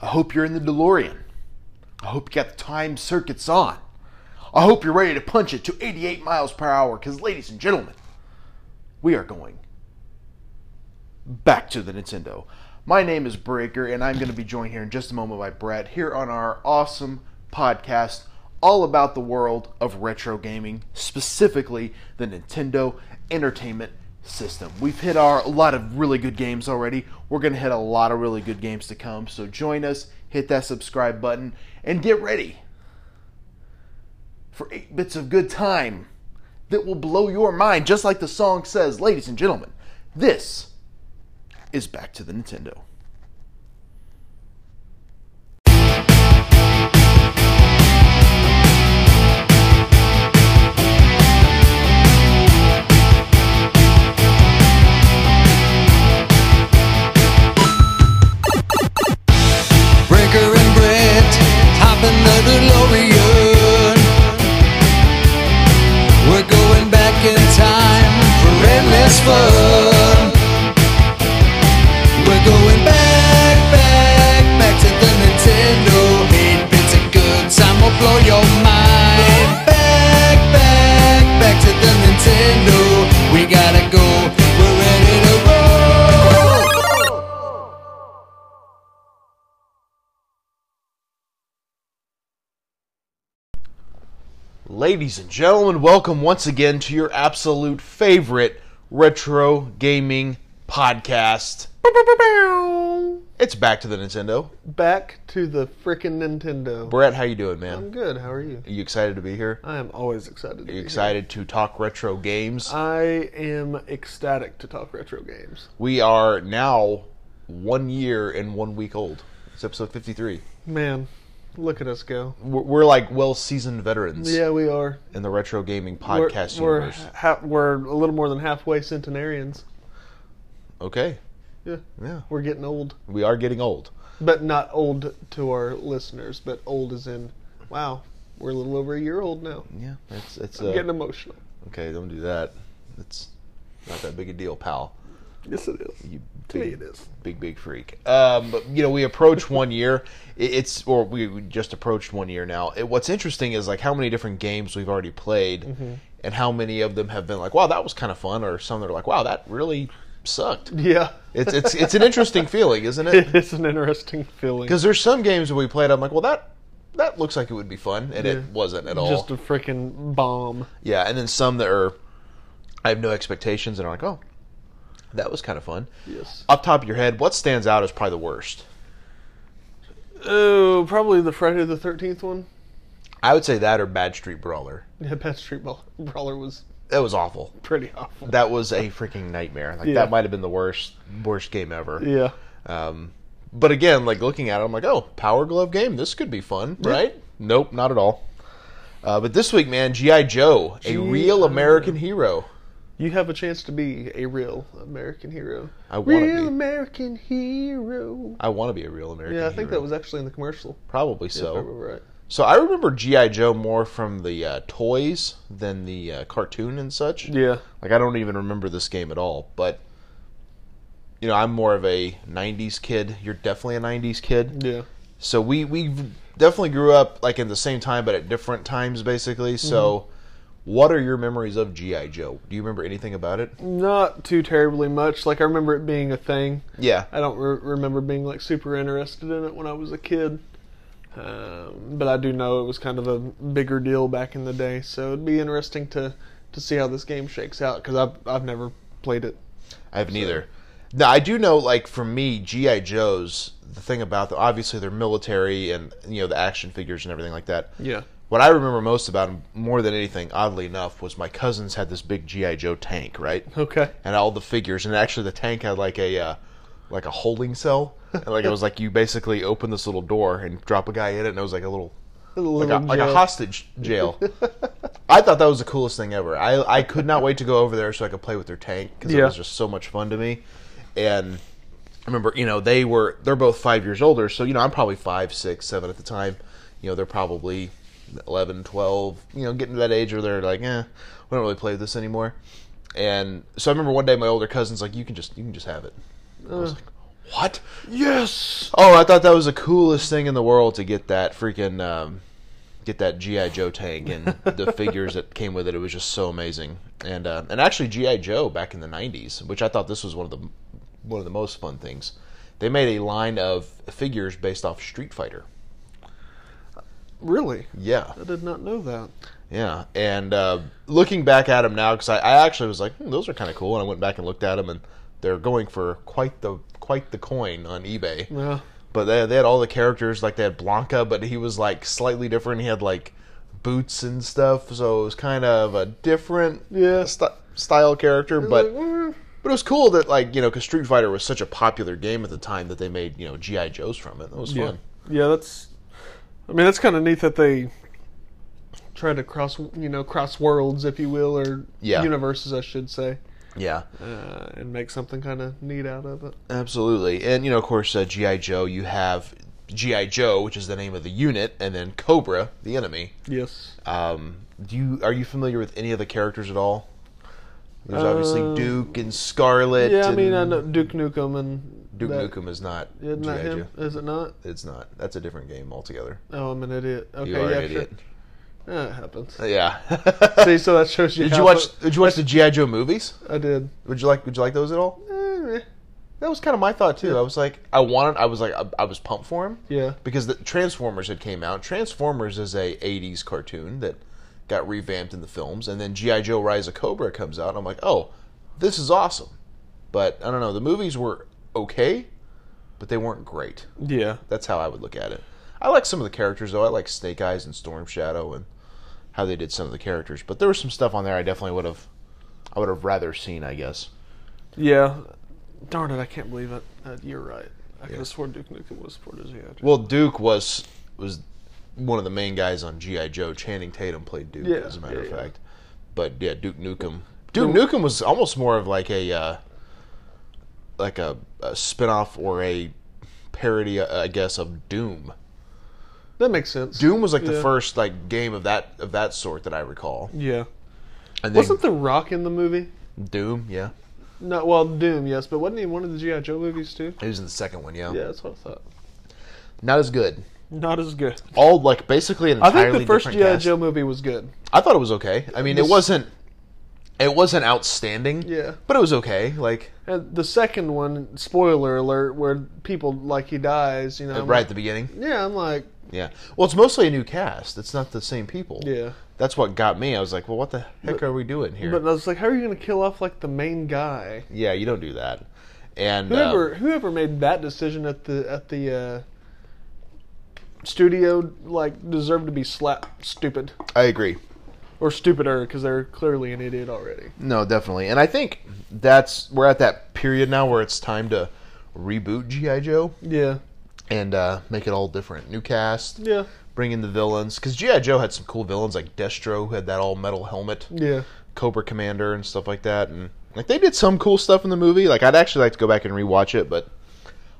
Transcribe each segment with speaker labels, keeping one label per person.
Speaker 1: I hope you're in the DeLorean. I hope you got the time circuits on. I hope you're ready to punch it to 88 miles per hour because, ladies and gentlemen, we are going back to the Nintendo. My name is Breaker, and I'm going to be joined here in just a moment by Brett here on our awesome podcast all about the world of retro gaming, specifically the Nintendo Entertainment System. We've hit our a lot of really good games already. We're going to hit a lot of really good games to come. So join us, hit that subscribe button, and get ready for eight bits of good time that will blow your mind, just like the song says, ladies and gentlemen. This is Back to the Nintendo.
Speaker 2: Breaker and Brett hop in the DeLorean. We're going back in time for endless fun. We're going back, back, back to the Nintendo. Eight bits of good time will blow your mind. Back, back, back to the Nintendo. We gotta go. We're ready to roll.
Speaker 1: Ladies and gentlemen, welcome once again to your absolute favorite retro gaming podcast. It's back to the Nintendo.
Speaker 3: Back to the frickin' Nintendo.
Speaker 1: Brett, how you doing,
Speaker 3: I'm
Speaker 1: man?
Speaker 3: good. How are you?
Speaker 1: Are you excited to be here? Are
Speaker 3: I am always excited. To
Speaker 1: you
Speaker 3: be
Speaker 1: excited to talk retro games?
Speaker 3: here. I am ecstatic to talk retro games.
Speaker 1: We are now one year and one week old. It's episode 53.
Speaker 3: Man, look at us go.
Speaker 1: We're, we're like well seasoned veterans
Speaker 3: Yeah, we are.
Speaker 1: in the retro gaming
Speaker 3: We're-
Speaker 1: podcast
Speaker 3: we're,
Speaker 1: universe.
Speaker 3: ha- we're a little more than halfway centenarians.
Speaker 1: Okay.
Speaker 3: Yeah,
Speaker 1: Yeah.
Speaker 3: we're getting old,
Speaker 1: We are getting old.
Speaker 3: but not old to our listeners. But old is in, wow, we're a little over a year old now.
Speaker 1: Yeah. It's, it's,
Speaker 3: I'm
Speaker 1: uh,
Speaker 3: getting emotional.
Speaker 1: Okay, don't do that. It's not that big a deal, pal.
Speaker 3: Yes, it is.
Speaker 1: You
Speaker 3: To
Speaker 1: big,
Speaker 3: me, it is.
Speaker 1: Big, big freak. Um, but, you know, we approach one year. It- It's, or we we just approached one year now. It, what's interesting is, like, how many different games we've already played
Speaker 3: Mm-hmm.
Speaker 1: and how many of them have been like, wow, that was kind of fun, or some that are like, wow, that really sucked.
Speaker 3: Yeah,
Speaker 1: It's, it's, it's an interesting feeling, isn't it?
Speaker 3: it is an interesting feeling.
Speaker 1: Because there's some games that we played, I'm like, well, that. That looks like it would be fun, and it
Speaker 3: Yeah.
Speaker 1: wasn't at all.
Speaker 3: just a freaking bomb.
Speaker 1: Yeah, and then some that are I have no expectations and are like, oh, that was kind of fun.
Speaker 3: Yes.
Speaker 1: Up top of your head, what stands out is probably the worst.
Speaker 3: Oh, probably the Friday the Thirteenth one.
Speaker 1: I would say that or Bad Street Brawler.
Speaker 3: Yeah, Bad Street Brawl- Brawler was
Speaker 1: That was awful.
Speaker 3: pretty awful.
Speaker 1: That was a freaking nightmare. Like
Speaker 3: Yeah.
Speaker 1: that might have been the worst worst game ever.
Speaker 3: Yeah,
Speaker 1: Um, but again, like looking at it, I'm like, oh, Power Glove game. This could be fun, right? Nope, not at all. Uh, but this week, man, GI Joe, a real American hero.
Speaker 3: you have a chance to be a real American hero.
Speaker 1: I wanna
Speaker 3: real
Speaker 1: be.
Speaker 3: American hero.
Speaker 1: I want to be a real American.
Speaker 3: Yeah, I think
Speaker 1: hero.
Speaker 3: that was actually in the commercial.
Speaker 1: probably
Speaker 3: If
Speaker 1: so.
Speaker 3: I remember right.
Speaker 1: So I remember GI Joe more from the uh, toys than the uh, cartoon and such.
Speaker 3: Yeah,
Speaker 1: Like I don't even remember this game at all, but you know, I'm more of a 90s kid. You're definitely a 90s kid.
Speaker 3: yeah,
Speaker 1: So we we definitely grew up like in the same time but at different times basically. So
Speaker 3: Mm-hmm.
Speaker 1: what are your memories of GI Joe? Do you remember anything about it?
Speaker 3: not too terribly much. Like I remember it being a thing.
Speaker 1: Yeah.
Speaker 3: I don't re- remember being like super interested in it when I was a kid. Um, but I do know it was kind of a bigger deal back in the day, so it'd be interesting to, to see how this game shakes out because I've I've never played it.
Speaker 1: I haven't either. Now I do know, like for me, GI Joes. The thing about them, obviously, they're military and you know the action figures and everything like that.
Speaker 3: Yeah.
Speaker 1: What I remember most about them, more than anything, oddly enough, was my cousins had this big GI Joe tank, right?
Speaker 3: Okay.
Speaker 1: And all the figures, and actually the tank had like a uh, like a holding cell, and like it was like you basically open this little door and drop a guy in it, and it was like a little
Speaker 3: A little
Speaker 1: like a, like a
Speaker 3: joke.
Speaker 1: hostage jail. I thought that was the coolest thing ever. I I could not wait to go over there so I could play with their tank because it
Speaker 3: Yeah.
Speaker 1: was just so much fun to me. And I remember, you know, they were they're both five years older, so you know I'm probably five, six, seven at the time. You know, they're probably 11, 12, You know, getting to that age where they're like, eh, we don't really play this anymore. And so I remember one day my older cousin's like, you can just you can just have it. I was like, What?
Speaker 3: Yes.
Speaker 1: Oh, I thought that was the coolest thing in the world to get that freaking um, get that GI Joe tank and the figures that came with it. It was just so amazing. And uh, and actually GI Joe back in the '90s, which I thought this was one of the one of the most fun things. They made a line of figures based off Street Fighter.
Speaker 3: Really?
Speaker 1: Yeah,
Speaker 3: I did not know that.
Speaker 1: yeah. And uh, looking back at them now, because I, I actually was like, hmm, those are kind of cool, and I went back and looked at them, and they're going for quite the quite the coin on eBay.
Speaker 3: Yeah.
Speaker 1: But they, they had all the characters, like they had Blanca, but he was like slightly different. He had like boots and stuff, so it was kind of a different
Speaker 3: Yeah.
Speaker 1: sty- style character. But
Speaker 3: Like, mm.
Speaker 1: but it was cool that like you know, because Street Fighter was such a popular game at the time that they made you know GI Joes from it. That was
Speaker 3: Yeah.
Speaker 1: fun.
Speaker 3: Yeah, that's. I mean, that's kind of neat that they try to cross, you know, cross worlds, if you will, or
Speaker 1: Yeah.
Speaker 3: universes, I should say,
Speaker 1: Yeah,
Speaker 3: uh, and make something kind of neat out of it.
Speaker 1: absolutely. And you know, of course, uh, GI Joe. You have GI Joe, which is the name of the unit, and then Cobra, the enemy.
Speaker 3: Yes.
Speaker 1: Um, do you are you familiar with any of the characters at all? There's obviously
Speaker 3: Um,
Speaker 1: Duke and Scarlet.
Speaker 3: Yeah, I mean, I
Speaker 1: and-
Speaker 3: know Duke Nukem and
Speaker 1: Duke
Speaker 3: that-
Speaker 1: Nukem is not
Speaker 3: Isn't that
Speaker 1: G.I.
Speaker 3: him?
Speaker 1: Joe.
Speaker 3: Is it not?
Speaker 1: It's not. That's a different game altogether.
Speaker 3: Oh, I'm an idiot. Okay,
Speaker 1: you are
Speaker 3: yeah,
Speaker 1: an idiot.
Speaker 3: sure. Yeah, it happens.
Speaker 1: Yeah.
Speaker 3: See, so that shows you.
Speaker 1: did
Speaker 3: how
Speaker 1: you watch?
Speaker 3: it-
Speaker 1: Did you watch the GI Joe movies?
Speaker 3: I did.
Speaker 1: Would you like? Would you like those at all?
Speaker 3: Eh, eh.
Speaker 1: That was kind of my thought too. I was like, I wanted. I was like, I, I was pumped for him
Speaker 3: Yeah.
Speaker 1: because the Transformers had came out. Transformers is a '80s cartoon that got revamped in the films, and then GI Joe: Rise of Cobra comes out. And I'm like, oh, this is awesome. But I don't know. The movies were okay, but they weren't great.
Speaker 3: Yeah.
Speaker 1: That's how I would look at it. I like some of the characters though. I like Snake Eyes and Storm Shadow and how they did some of the characters. But there was some stuff on there I definitely would have I would have rather seen, I guess.
Speaker 3: Yeah. Darn it! I can't believe it. Uh, you're right. I could
Speaker 1: Yeah.
Speaker 3: have sworn Duke Nukem was for Joe.
Speaker 1: Well, Duke was was one of the main guys on GI Joe. Channing Tatum played Duke
Speaker 3: Yeah,
Speaker 1: as a matter
Speaker 3: yeah,
Speaker 1: of
Speaker 3: yeah.
Speaker 1: fact. But yeah, Duke Nukem. Duke Nukem was almost more of like a uh, like a, a spin-off or a parody, I guess, of Doom.
Speaker 3: That makes sense.
Speaker 1: Doom was like the
Speaker 3: Yeah.
Speaker 1: first like game of that of that sort that I recall.
Speaker 3: Yeah.
Speaker 1: And then-
Speaker 3: Wasn't The Rock in the movie?
Speaker 1: Doom, yeah.
Speaker 3: No, well, Doom, yes, but wasn't he in one of the G.I. Joe movies too?
Speaker 1: He was in the second one, yeah.
Speaker 3: Yeah, that's what I thought.
Speaker 1: Not as good.
Speaker 3: Not as good.
Speaker 1: All like basically an
Speaker 3: I
Speaker 1: entirely
Speaker 3: think the first
Speaker 1: different
Speaker 3: G.I.
Speaker 1: cast.
Speaker 3: Joe movie was good.
Speaker 1: I thought it was okay. I mean, it
Speaker 3: This-
Speaker 1: wasn't. It wasn't outstanding.
Speaker 3: Yeah.
Speaker 1: But it was okay. Like
Speaker 3: And the second one, spoiler alert, where people like he dies, you know. I'm
Speaker 1: right at
Speaker 3: like-
Speaker 1: the beginning.
Speaker 3: yeah, I'm like,
Speaker 1: Yeah. Well, it's mostly a new cast. It's not the same people.
Speaker 3: yeah.
Speaker 1: That's what got me. I was like, well, what the heck are we doing here?
Speaker 3: But I was like, how are you going to kill off like the main guy?
Speaker 1: yeah, you don't do that. And uh,
Speaker 3: Whoever whoever made that decision at the at the uh, studio like deserved to be slapped stupid
Speaker 1: I agree.
Speaker 3: or stupider because they're clearly an idiot already.
Speaker 1: No, definitely. And I think that's we're at that period now where it's time to reboot GI Joe
Speaker 3: Yeah,
Speaker 1: and uh, make it all different. New cast.
Speaker 3: yeah,
Speaker 1: bring in the villains because GI Joe had some cool villains like Destro who had that all metal helmet,
Speaker 3: yeah.
Speaker 1: Cobra Commander and stuff like that, and like they did some cool stuff in the movie. Like I'd actually like to go back and rewatch it, but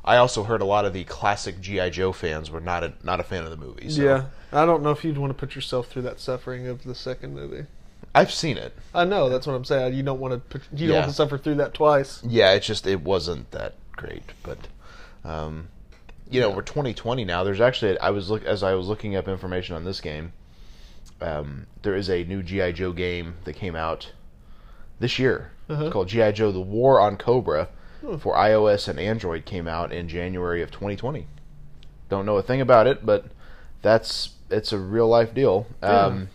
Speaker 1: I also heard a lot of the classic GI Joe fans were not a, not a fan of the movie. So
Speaker 3: Yeah, I don't know if you'd want to put yourself through that suffering of the second movie.
Speaker 1: I've seen it.
Speaker 3: I know that's what I'm saying. You don't want to put, you don't
Speaker 1: Yeah.
Speaker 3: want to suffer through that twice.
Speaker 1: Yeah, it just it wasn't that great, but um, you know we're 2020 now. There's actually I was look as I was looking up information on this game. Um, there is a new GI Joe game that came out this year. It's called GI Joe: The War on Cobra for iOS and Android. Came out in January of 2020. Don't know a thing about it, but that's it's a real life deal. Um,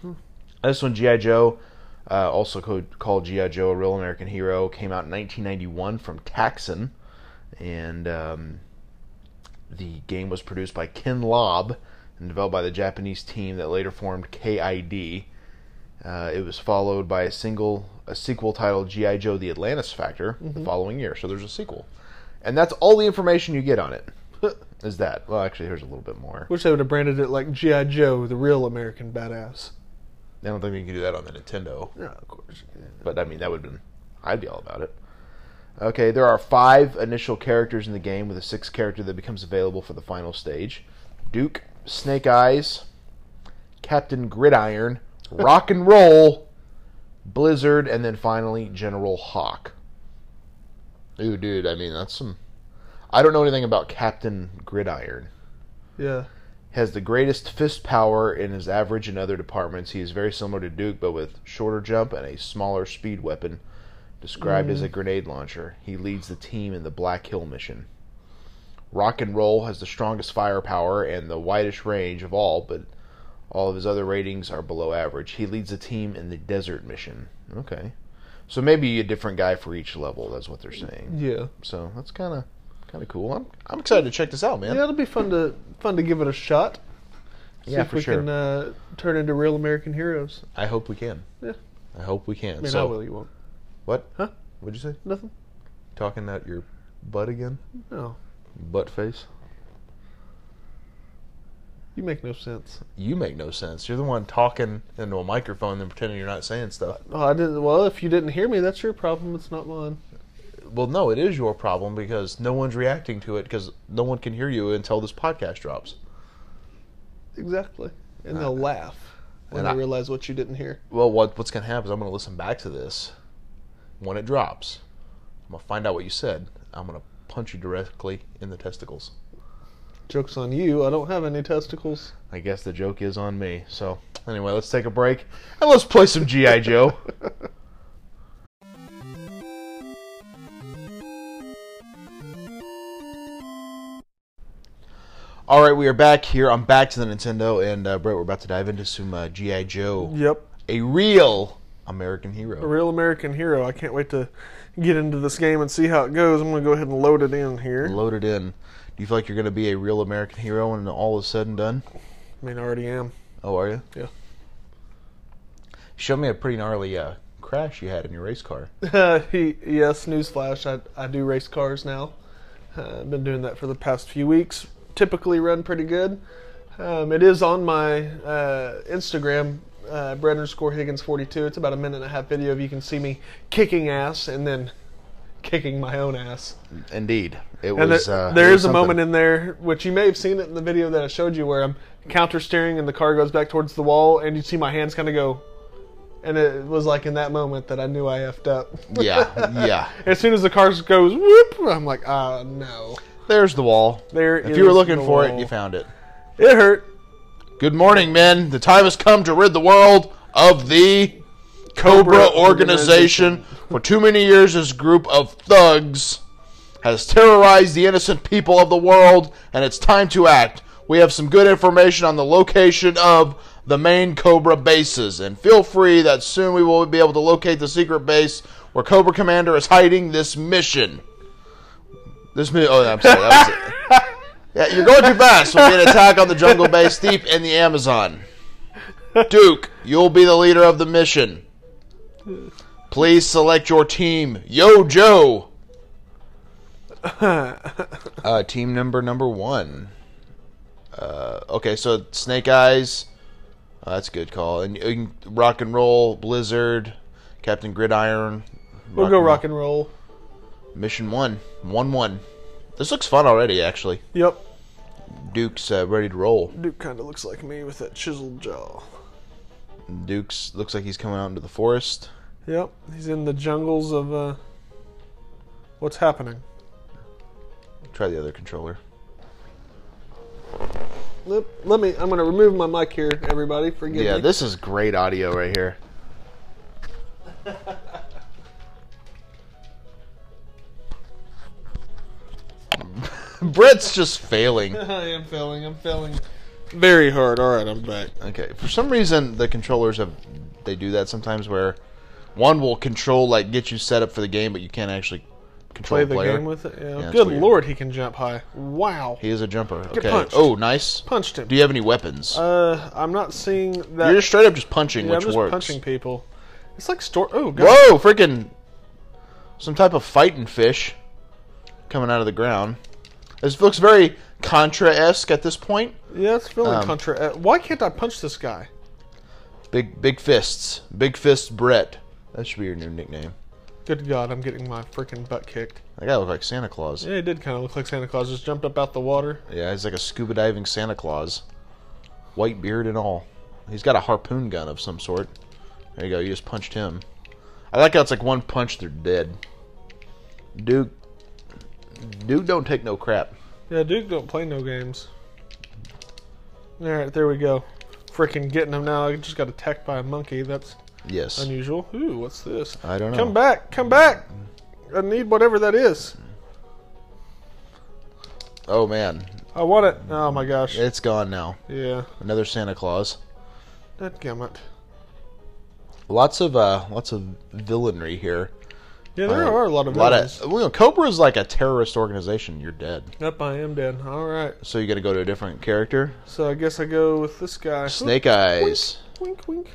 Speaker 1: This one, GI Joe, uh, also co- called GI Joe a Real American Hero, came out in 1991 from Taxon, and um, the game was produced by Ken Lobb and developed by the Japanese team that later formed KID. Uh, it was followed by a single a sequel titled GI Joe: The Atlantis Factor the following year. So there's a sequel, and that's all the information you get on it. Is that well? Actually, here's a little bit more.
Speaker 3: Wish they would have branded it like GI Joe, the real American badass.
Speaker 1: I don't think they can do that on the Nintendo.
Speaker 3: Yeah, of course.
Speaker 1: But I mean, that would have been. I'd be all about it. Okay, there are five initial characters in the game, with a sixth character that becomes available for the final stage Duke, Snake Eyes, Captain Gridiron, Rock and Roll, Blizzard, and then finally General Hawk. Ooh, dude, I mean, that's some. I don't know anything about Captain Gridiron.
Speaker 3: Yeah.
Speaker 1: Has the greatest fist power and is average in other departments. He is very similar to Duke, but with shorter jump and a smaller speed weapon. Described as a grenade launcher, he leads the team in the Black Hill mission. Rock and Roll has the strongest firepower and the widest range of all, but all of his other ratings are below average. He leads the team in the Desert mission. Okay, so maybe a different guy for each level. That's what they're saying.
Speaker 3: Yeah.
Speaker 1: So that's kind of kind of cool. I'm I'm excited to check this out, man.
Speaker 3: Yeah, it'll be fun to fun to give it a shot. See
Speaker 1: Yeah,
Speaker 3: if
Speaker 1: for
Speaker 3: we
Speaker 1: sure.
Speaker 3: can uh, turn into real American heroes.
Speaker 1: I hope we can.
Speaker 3: Yeah.
Speaker 1: I hope we can.
Speaker 3: I mean,
Speaker 1: so
Speaker 3: I will. You won't.
Speaker 1: what?
Speaker 3: Huh?
Speaker 1: What'd you say?
Speaker 3: Nothing.
Speaker 1: Talking out your butt again?
Speaker 3: No,
Speaker 1: Butt face?
Speaker 3: you make no sense.
Speaker 1: You make no sense. You're the one talking into a microphone and pretending you're not saying stuff.
Speaker 3: Oh, I didn't. Well, if you didn't hear me, that's your problem. It's not mine.
Speaker 1: Well, no, it is your problem because no one's reacting to it because no one can hear you until this podcast drops.
Speaker 3: Exactly. And they'll laugh when
Speaker 1: Uh, and
Speaker 3: they
Speaker 1: I-
Speaker 3: realize what you didn't hear.
Speaker 1: Well, what what's gonna happen is I'm gonna listen back to this when it drops. I'm gonna find out what you said. I'm gonna punch you directly in the testicles.
Speaker 3: Joke's on you. I don't have any testicles.
Speaker 1: I guess the joke is on me. So anyway, let's take a break and let's play some GI Joe. All right, we are back here. I'm back to the Nintendo, and uh, Brett, we're about to dive into some uh, GI Joe,
Speaker 3: Yep.
Speaker 1: a real American
Speaker 3: A
Speaker 1: hero.
Speaker 3: real American hero. I can't wait to get into this game and see how it goes. I'm gonna go ahead and load it in here.
Speaker 1: Loaded in. Do you feel like you're going to be a real American hero when all is said and done?
Speaker 3: I mean, I already am.
Speaker 1: Oh, are you?
Speaker 3: Yeah.
Speaker 1: Show me a pretty gnarly uh, crash you had in your race car.
Speaker 3: Uh, he, yes, newsflash. I, I do race cars now. Uh, I've been doing that for the past few weeks. Typically run pretty good. Um, it is on my uh, Instagram, uh, Brett underscore Higgins 42. It's about a minute and a half video of you can see me kicking ass and then kicking my own ass.
Speaker 1: Indeed, it
Speaker 3: And
Speaker 1: was.
Speaker 3: there-
Speaker 1: uh,
Speaker 3: there
Speaker 1: it
Speaker 3: is
Speaker 1: was
Speaker 3: a moment
Speaker 1: something.
Speaker 3: in there, which you may have seen it in the video that I showed you, where I'm counter steering and the car goes back towards the wall, and you see my hands kind of go. And it was like in that moment that I knew I effed up.
Speaker 1: yeah, yeah.
Speaker 3: As soon as the car goes whoop, I'm like, ah, no.
Speaker 1: There's the wall.
Speaker 3: There
Speaker 1: If you were
Speaker 3: is
Speaker 1: looking
Speaker 3: the
Speaker 1: for it,
Speaker 3: wall.
Speaker 1: you found it.
Speaker 3: It hurt.
Speaker 1: Good morning, men. The time has come to rid the world of the Cobra organization. For too many years, this group of thugs has terrorized the innocent people of the world, and it's time to act. We have some good information on the location of the main Cobra bases, and feel free that soon we will be able to locate the secret base where Cobra Commander is hiding this mission. This mi- oh, I'm sorry, that was it. Yeah, you're going too fast. We'll be an attack on the jungle base deep in the Amazon. Duke, you'll be the leader of the mission. Please select your team. Yo, Joe. uh, team number number one. Uh, okay, so Snake Eyes. Uh, that's a good call. And, and Rock and Roll, Blizzard, Captain Gridiron.
Speaker 3: We'll go rock and roll.
Speaker 1: Mission one, one one. This looks fun already, actually.
Speaker 3: Yep.
Speaker 1: Duke's uh, ready to roll.
Speaker 3: Duke kind of looks like me with that chiseled jaw.
Speaker 1: Dukes looks like he's coming out into the forest.
Speaker 3: Yep. He's in the jungles of uh. What's happening?
Speaker 1: Try the other controller.
Speaker 3: Let, let me. I'm gonna remove my mic here, everybody. Forgive
Speaker 1: Yeah,
Speaker 3: me.
Speaker 1: this is great audio right here. Brett's just failing.
Speaker 3: I am failing. I'm failing. Very hard. All right, I'm back.
Speaker 1: Okay, for some reason the controllers have they do that sometimes where one will control like get you set up for the game, but you can't actually control
Speaker 3: Play
Speaker 1: the
Speaker 3: the
Speaker 1: player.
Speaker 3: game with it. Yeah.
Speaker 1: it's
Speaker 3: Good
Speaker 1: weird.
Speaker 3: lord, he can jump high. Wow.
Speaker 1: He is a jumper. Okay.
Speaker 3: punched.
Speaker 1: Oh, nice.
Speaker 3: punched him.
Speaker 1: Do you have any weapons?
Speaker 3: uh, I'm not seeing that.
Speaker 1: You're just straight up just punching,
Speaker 3: yeah, I'm
Speaker 1: which
Speaker 3: just
Speaker 1: works.
Speaker 3: punching people. It's like store. Oh god.
Speaker 1: Whoa, freaking some type of fighting fish coming out of the ground. This looks very Contra esque at this point.
Speaker 3: Yeah, it's feeling
Speaker 1: Um,
Speaker 3: contra. Uh, why can't I punch this guy?
Speaker 1: Big big fists. Big fists Brett. That should be your new nickname.
Speaker 3: Good God, I'm getting my freaking butt kicked.
Speaker 1: That guy looked like Santa Claus.
Speaker 3: Yeah, it did kind of look like Santa Claus just jumped up out the water.
Speaker 1: Yeah, he's like a scuba diving Santa Claus. White beard and all. He's got a harpoon gun of some sort. There you go, you just punched him. I like how it's like one punch, they're dead. Duke Dude, don't take no crap.
Speaker 3: Yeah, Duke don't play no games. All right, there we go. Freaking getting him now. I just got attacked by a monkey. That's
Speaker 1: Yes.
Speaker 3: unusual. Ooh, what's this?
Speaker 1: I don't know.
Speaker 3: Come back! Come back! I need whatever that is.
Speaker 1: Oh man,
Speaker 3: I want it. Oh my gosh.
Speaker 1: it's gone now.
Speaker 3: Yeah.
Speaker 1: Another Santa Claus.
Speaker 3: That gamut.
Speaker 1: Lots of uh, lots of villainry here.
Speaker 3: Yeah, there
Speaker 1: Uh,
Speaker 3: are a lot of
Speaker 1: lot
Speaker 3: villains.
Speaker 1: of. Well, Cobra's like a terrorist organization. You're dead.
Speaker 3: Yep, I am dead. All right.
Speaker 1: So you got to go to a different character.
Speaker 3: So I guess I go with this guy.
Speaker 1: Snake Eyes.
Speaker 3: Wink, wink.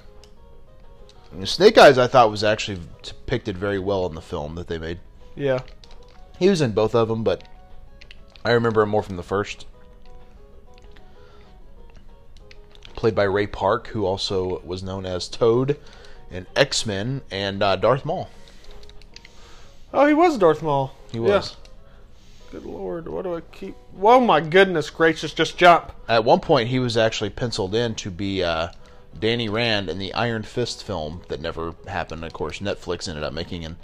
Speaker 1: Snake Eyes, I thought was actually depicted very well in the film that they made.
Speaker 3: Yeah.
Speaker 1: He was in both of them, but I remember him more from the first. Played by Ray Park, who also was known as Toad in X Men and uh, Darth Maul.
Speaker 3: Oh, he was Darth Maul.
Speaker 1: He
Speaker 3: Yeah.
Speaker 1: was.
Speaker 3: Good lord, what do I keep? Whoa, my goodness gracious, just jump.
Speaker 1: At one point, he was actually penciled in to be uh, Danny Rand in the Iron Fist film that never happened. Of course, Netflix ended up making an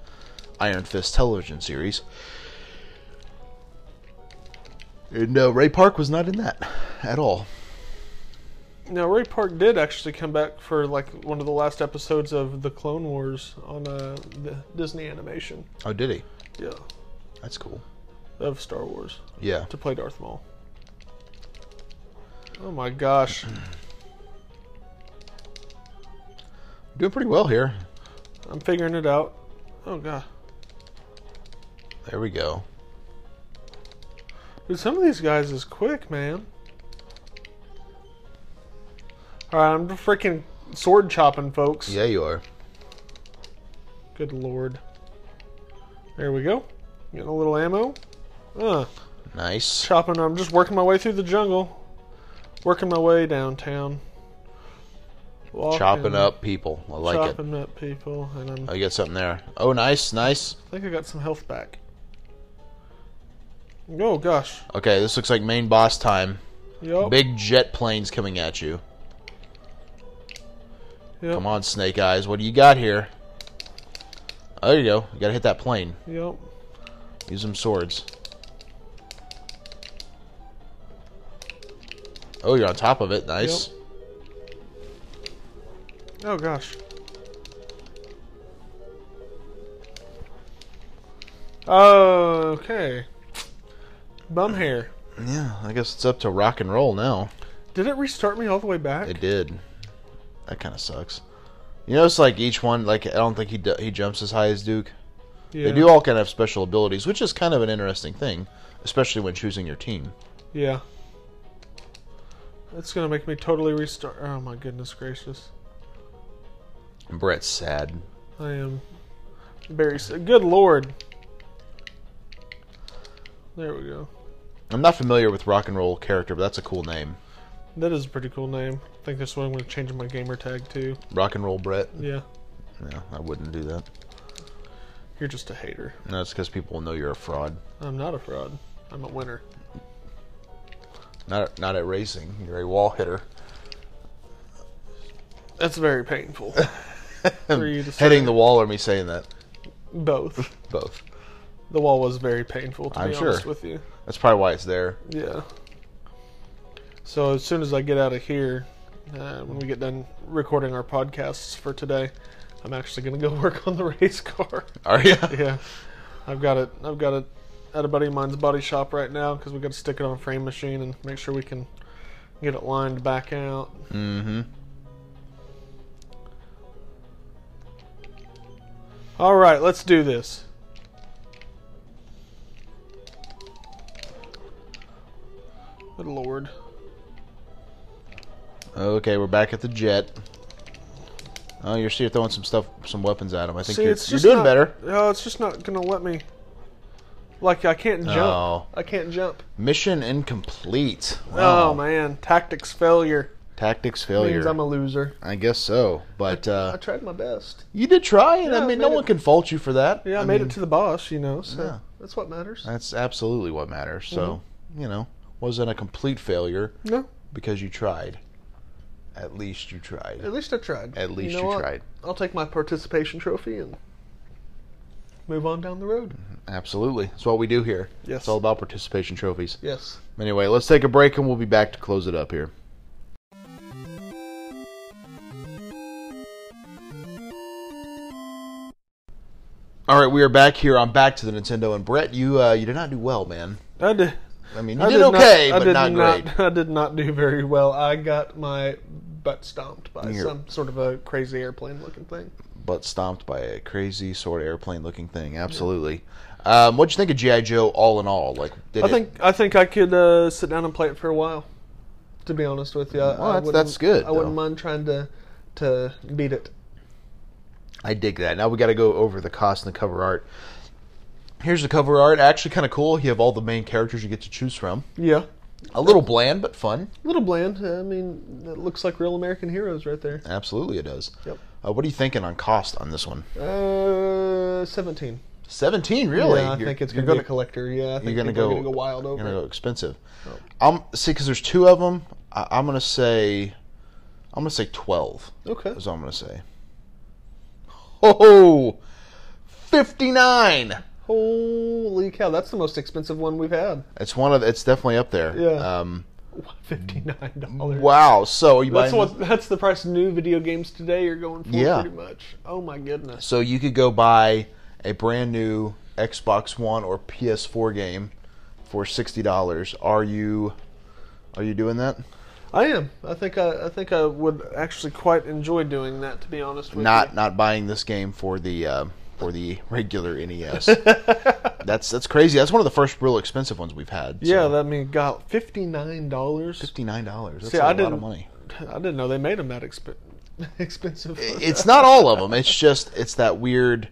Speaker 1: Iron Fist television series. And uh, Ray Park was not in that at all.
Speaker 3: Now, Ray Park did actually come back for like one of the last episodes of the Clone Wars on uh, the Disney animation.
Speaker 1: Oh, did he?
Speaker 3: Yeah.
Speaker 1: That's cool.
Speaker 3: Of Star Wars
Speaker 1: Yeah.
Speaker 3: to play Darth Maul. Oh my gosh.
Speaker 1: Doing pretty well here.
Speaker 3: I'm figuring it out. Oh god.
Speaker 1: There we go.
Speaker 3: Dude, some of these guys is quick, man. Alright, I'm freaking sword chopping, folks.
Speaker 1: Yeah, you are.
Speaker 3: Good lord. There we go. Getting a little ammo. Uh,
Speaker 1: Nice.
Speaker 3: chopping. I'm just working my way through the jungle. Working my way downtown. Walking,
Speaker 1: Chopping up people. I like it.
Speaker 3: chopping up people. And I'm,
Speaker 1: Oh, you got something there. Oh, nice, nice.
Speaker 3: I think I got some health back. Oh, gosh.
Speaker 1: Okay, this looks like main boss time.
Speaker 3: Yup.
Speaker 1: Big jet planes coming at you.
Speaker 3: Yep.
Speaker 1: Come on, Snake Eyes. What do you got here? Oh, there you go. You gotta hit that plane.
Speaker 3: Yep.
Speaker 1: Use them swords. Oh, you're on top of it. Nice.
Speaker 3: Yep. Oh, gosh. Okay. Bum hair.
Speaker 1: Yeah, I guess it's up to rock and roll now.
Speaker 3: Did it restart me all the way back?
Speaker 1: It did. That kind of sucks. You notice, like each one, like I don't think he d- he jumps as high as Duke.
Speaker 3: yeah.
Speaker 1: They do all kind of have special abilities, which is kind of an interesting thing, especially when choosing your team.
Speaker 3: Yeah. It's gonna make me totally restart. Oh my goodness gracious.
Speaker 1: And Brett's sad.
Speaker 3: I am very s Good lord. There we go.
Speaker 1: I'm not familiar with rock and roll character, but that's a cool name.
Speaker 3: That is a pretty cool name. I think that's what I'm gonna change my gamer tag to.
Speaker 1: Rock and roll Brett.
Speaker 3: Yeah.
Speaker 1: No, I wouldn't do that.
Speaker 3: You're just a hater.
Speaker 1: No, it's because people will know you're a fraud.
Speaker 3: I'm not a fraud. I'm a winner.
Speaker 1: Not not at racing. You're a wall hitter.
Speaker 3: That's very painful. For you to say.
Speaker 1: Hitting the wall or me saying that?
Speaker 3: Both.
Speaker 1: Both.
Speaker 3: The wall was very painful, to
Speaker 1: I'm
Speaker 3: be
Speaker 1: sure.
Speaker 3: honest with you.
Speaker 1: That's probably why it's there.
Speaker 3: Yeah. So as soon as I get out of here, uh, when we get done recording our podcasts for today, I'm actually gonna go work on the race car.
Speaker 1: Are you?
Speaker 3: yeah, I've got it. I've got it at a buddy of mine's body shop right now because we got to stick it on a frame machine and make sure we can get it lined back out.
Speaker 1: Mm-hmm.
Speaker 3: All right, let's do this. Good lord.
Speaker 1: Okay, we're back at the jet. Oh, you're see, you're throwing some stuff, some weapons at him. I think
Speaker 3: See,
Speaker 1: you're,
Speaker 3: it's
Speaker 1: you're
Speaker 3: just
Speaker 1: doing
Speaker 3: not-
Speaker 1: better.
Speaker 3: No, it's just not gonna let me. Like I can't jump.
Speaker 1: Oh.
Speaker 3: I can't jump.
Speaker 1: Mission incomplete.
Speaker 3: Oh man, tactics failure
Speaker 1: Tactics
Speaker 3: means
Speaker 1: failure.
Speaker 3: I'm a loser.
Speaker 1: I guess so, but
Speaker 3: I
Speaker 1: uh,
Speaker 3: tried my best.
Speaker 1: you did try, and
Speaker 3: Yeah,
Speaker 1: I
Speaker 3: I
Speaker 1: mean, no
Speaker 3: made
Speaker 1: one
Speaker 3: it.
Speaker 1: can fault you for that.
Speaker 3: Yeah, I, made it to the boss, you know. So
Speaker 1: Yeah.
Speaker 3: that's what matters.
Speaker 1: That's absolutely what matters. So,
Speaker 3: Mm-hmm.
Speaker 1: you know, wasn't a complete failure
Speaker 3: no,
Speaker 1: because you tried. At least you tried.
Speaker 3: at least I tried.
Speaker 1: At least
Speaker 3: know
Speaker 1: you
Speaker 3: what?
Speaker 1: tried.
Speaker 3: I'll take my participation trophy and move on down the road.
Speaker 1: Absolutely. That's what we do here.
Speaker 3: Yes.
Speaker 1: It's all about participation trophies.
Speaker 3: Yes.
Speaker 1: Anyway, let's take a break and we'll be back to close it up here. All right, we are back here on Back to the Nintendo, and Brett, you uh, you did not do well, man.
Speaker 3: I did.
Speaker 1: I mean, you did, okay, but not, great.
Speaker 3: I did not do very well. I got my butt stomped by
Speaker 1: You're-
Speaker 3: some sort of a crazy airplane looking thing.
Speaker 1: But stomped by a crazy sort of airplane-looking thing. Absolutely. Um, what'd you think of GI Joe? All in all, like, did
Speaker 3: I
Speaker 1: it-
Speaker 3: think I think I could uh, sit down and play it for a while. To be honest with you, I-
Speaker 1: Well,
Speaker 3: I
Speaker 1: that's-
Speaker 3: wouldn't-
Speaker 1: that's good,
Speaker 3: I wouldn't
Speaker 1: though.
Speaker 3: mind trying to to beat it.
Speaker 1: I dig that. Now we got to go over the cost and the cover art. Here's the cover art. Actually, kind of cool. You have all the main characters you get to choose from.
Speaker 3: Yeah,
Speaker 1: A little bland, but fun.
Speaker 3: a little bland. I mean, it looks like real American heroes right there.
Speaker 1: Absolutely, it does.
Speaker 3: Yep.
Speaker 1: Uh, what are you thinking on cost on this one?
Speaker 3: Uh, seventeen.
Speaker 1: Seventeen, really?
Speaker 3: Yeah, I
Speaker 1: You're-
Speaker 3: think it's
Speaker 1: you're
Speaker 3: gonna, be a collector. Yeah, I think
Speaker 1: You're gonna
Speaker 3: people
Speaker 1: go,
Speaker 3: are gonna go wild
Speaker 1: You're
Speaker 3: over.
Speaker 1: gonna
Speaker 3: it.
Speaker 1: go expensive. I'm see because there's two of them. I, I'm gonna say, I'm gonna say twelve.
Speaker 3: Okay.
Speaker 1: That's all I'm gonna say. Oh, 59.
Speaker 3: Holy cow, that's the most expensive one we've had.
Speaker 1: It's one of. It's definitely up there.
Speaker 3: Yeah.
Speaker 1: Um,
Speaker 3: Fifty nine dollars.
Speaker 1: wow. So are you
Speaker 3: That's
Speaker 1: buying
Speaker 3: what. That's the price of new video games today are going for.
Speaker 1: Yeah.
Speaker 3: pretty much. Oh my goodness.
Speaker 1: So you could go buy a brand new Xbox One or PS4 game for sixty dollars. Are you are you doing that?
Speaker 3: I am. I think. I, I think I would actually quite enjoy doing that. To be honest with
Speaker 1: Not
Speaker 3: you.
Speaker 1: not buying this game for the uh, for the regular NES. that's that's crazy. That's one of the first real expensive ones we've had.
Speaker 3: Yeah, that I mean, God, fifty nine dollars.
Speaker 1: fifty nine dollars. That's
Speaker 3: See,
Speaker 1: a
Speaker 3: I
Speaker 1: lot
Speaker 3: didn't.
Speaker 1: of money.
Speaker 3: I didn't know they made them that exp- expensive.
Speaker 1: It's not all of them. It's just it's that weird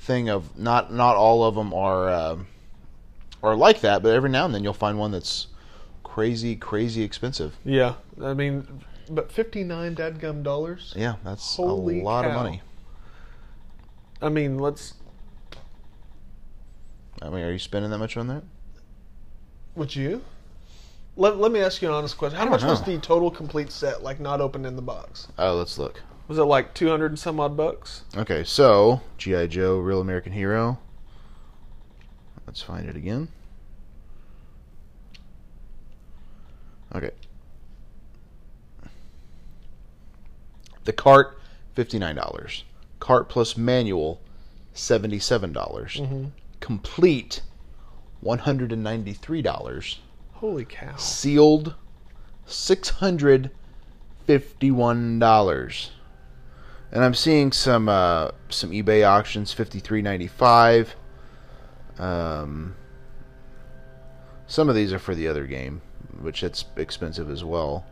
Speaker 1: thing of not not all of them are um are like that. But every now and then you'll find one that's crazy crazy expensive.
Speaker 3: yeah, I mean, but fifty nine dadgum dollars.
Speaker 1: Yeah, that's
Speaker 3: Holy
Speaker 1: a lot of
Speaker 3: cow.
Speaker 1: money.
Speaker 3: I mean, let's.
Speaker 1: I mean, are you spending that much on that?
Speaker 3: Would you? Let, let me ask you an honest question. How much was
Speaker 1: know.
Speaker 3: the total complete set, like not opened in the box?
Speaker 1: Oh, let's look.
Speaker 3: Was it like two hundred and some odd bucks?
Speaker 1: Okay, so GI Joe, Real American Hero. Let's find it again. Okay. The cart, fifty-nine dollars. Cart plus manual, seventy-seven dollars. Complete, one hundred and ninety-three dollars.
Speaker 3: Holy cow!
Speaker 1: sealed six hundred fifty one dollars. And I'm seeing some uh, some eBay auctions fifty three ninety five. Um, some of these are for the other game, which it's expensive as well.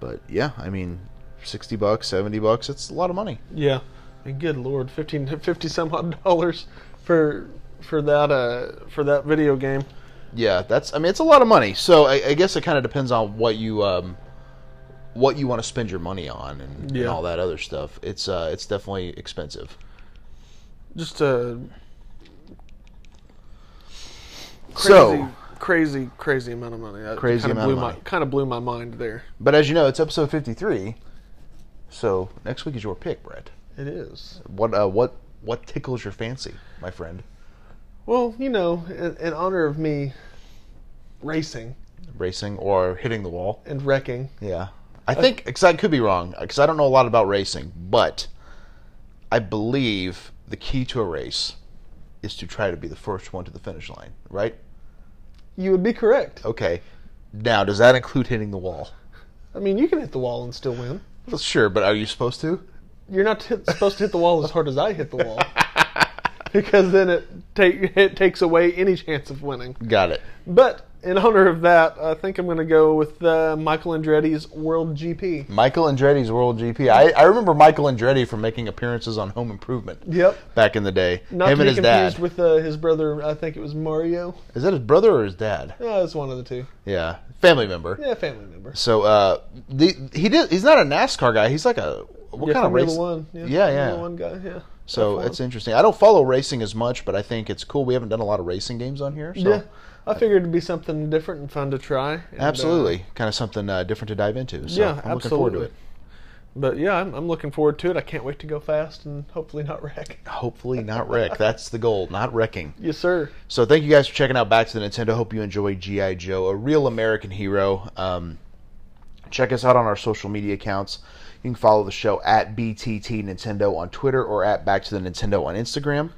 Speaker 1: But yeah, I mean, sixty bucks, seventy bucks, it's a lot of money.
Speaker 3: Yeah, and good lord, 15, 50 some odd dollars for for that uh for that video game.
Speaker 1: Yeah, that's. I mean, it's a lot of money. So I, I guess it kind of depends on what you um, what you want to spend your money on and,
Speaker 3: Yeah.
Speaker 1: and all that other stuff. It's uh, it's definitely expensive.
Speaker 3: Just a crazy,
Speaker 1: So-
Speaker 3: crazy, crazy amount of money. That
Speaker 1: Crazy
Speaker 3: kinda
Speaker 1: amount
Speaker 3: blew
Speaker 1: of
Speaker 3: my,
Speaker 1: money.
Speaker 3: Kind of blew my mind there.
Speaker 1: But as you know, it's episode fifty three. So next week is your pick, Brett.
Speaker 3: It is.
Speaker 1: What uh, what what tickles your fancy, my friend?
Speaker 3: Well, you know, in, in honor of me racing
Speaker 1: Racing or hitting the wall?
Speaker 3: and wrecking,
Speaker 1: Yeah, I think. Cause I could be wrong because I don't know a lot about racing, but I believe the key to a race is to try to be the first one to the finish line. Right.
Speaker 3: you would be correct.
Speaker 1: Okay. Now, does that include hitting the wall?
Speaker 3: I mean, you can hit the wall and still win.
Speaker 1: Well, sure, but are you supposed to?
Speaker 3: You're not hit, supposed to hit the wall as hard as I hit the wall. Because then it take it takes away any chance of winning.
Speaker 1: Got it.
Speaker 3: But in honor of that, I think I'm going to go with uh, Michael Andretti's World GP.
Speaker 1: Michael Andretti's World GP. I, I remember Michael Andretti from making appearances on Home Improvement.
Speaker 3: Yep.
Speaker 1: Back in the day.
Speaker 3: Not
Speaker 1: Him
Speaker 3: to be
Speaker 1: and his
Speaker 3: confused
Speaker 1: dad.
Speaker 3: with uh, his brother. I think it was Mario.
Speaker 1: Is that his brother or his dad?
Speaker 3: Yeah, it's one of the two.
Speaker 1: Yeah. Family member.
Speaker 3: Yeah, family member.
Speaker 1: So uh, the, he did. He's not a NASCAR guy. He's like a what
Speaker 3: yeah,
Speaker 1: kind of
Speaker 3: Formula
Speaker 1: race?
Speaker 3: One. Yeah,
Speaker 1: yeah.
Speaker 3: Formula
Speaker 1: yeah.
Speaker 3: One guy. Yeah.
Speaker 1: So
Speaker 3: F1.
Speaker 1: it's interesting. I don't follow racing as much, but I think it's cool. We haven't done a lot of racing games on here. So
Speaker 3: yeah. I figured it'd be something different and fun to try. and, uh,
Speaker 1: Absolutely, kind of something uh, different to dive into. So
Speaker 3: yeah,
Speaker 1: I'm looking
Speaker 3: absolutely.
Speaker 1: forward to it.
Speaker 3: But yeah, I'm, I'm looking forward to it. I can't wait to go fast and hopefully not wreck.
Speaker 1: Hopefully not wreck. That's the goal, not wrecking.
Speaker 3: Yes, sir.
Speaker 1: So thank you guys for checking out Back to the Nintendo. Hope you enjoyed GI Joe, a real American hero. Um, check us out on our social media accounts. You can follow the show at BTT Nintendo on Twitter or at Back to the Nintendo on Instagram.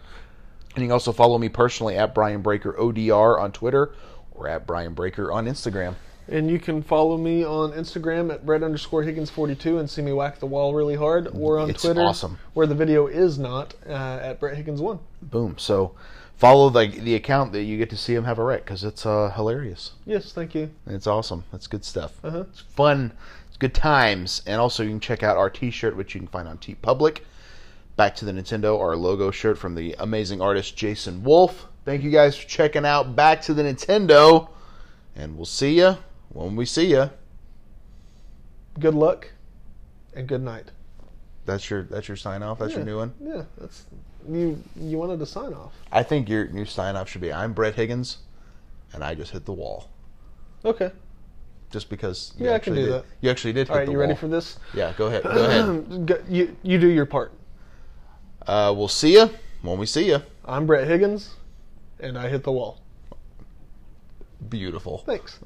Speaker 1: And you can also follow me personally at Brian Breaker ODR on Twitter or at Brian Breaker on Instagram.
Speaker 3: And you can follow me on Instagram at Brett underscore Higgins42 and see me whack the wall really hard, or on
Speaker 1: It's
Speaker 3: Twitter,
Speaker 1: awesome.
Speaker 3: where the video is not, uh, at Brett Higgins1.
Speaker 1: Boom. So follow the the account that you get to see him have a wreck because it's uh, hilarious.
Speaker 3: Yes, thank you.
Speaker 1: It's awesome. That's good stuff.
Speaker 3: Uh-huh.
Speaker 1: It's fun. It's good times. And also, you can check out our T-shirt, which you can find on T Public. Back to the Nintendo, our logo shirt from the amazing artist Jason Wolf. Thank you guys for checking out Back to the Nintendo, and we'll see ya when we see ya.
Speaker 3: Good luck and good night.
Speaker 1: That's your that's your sign off. That's your
Speaker 3: Yeah.
Speaker 1: new one.
Speaker 3: Yeah, that's you. You wanted to sign off.
Speaker 1: I think your new sign off should be I'm Brett Higgins, and I just hit the wall.
Speaker 3: Okay.
Speaker 1: Just because you
Speaker 3: Yeah, I can
Speaker 1: actually
Speaker 3: do
Speaker 1: did,
Speaker 3: that.
Speaker 1: you actually did hit
Speaker 3: All right.
Speaker 1: the
Speaker 3: You
Speaker 1: wall.
Speaker 3: ready for this?
Speaker 1: Yeah, go ahead. Go ahead.
Speaker 3: Go- you you do your part.
Speaker 1: Uh, we'll see ya when we see ya.
Speaker 3: I'm Brett Higgins, and I hit the wall.
Speaker 1: Beautiful.
Speaker 3: Thanks.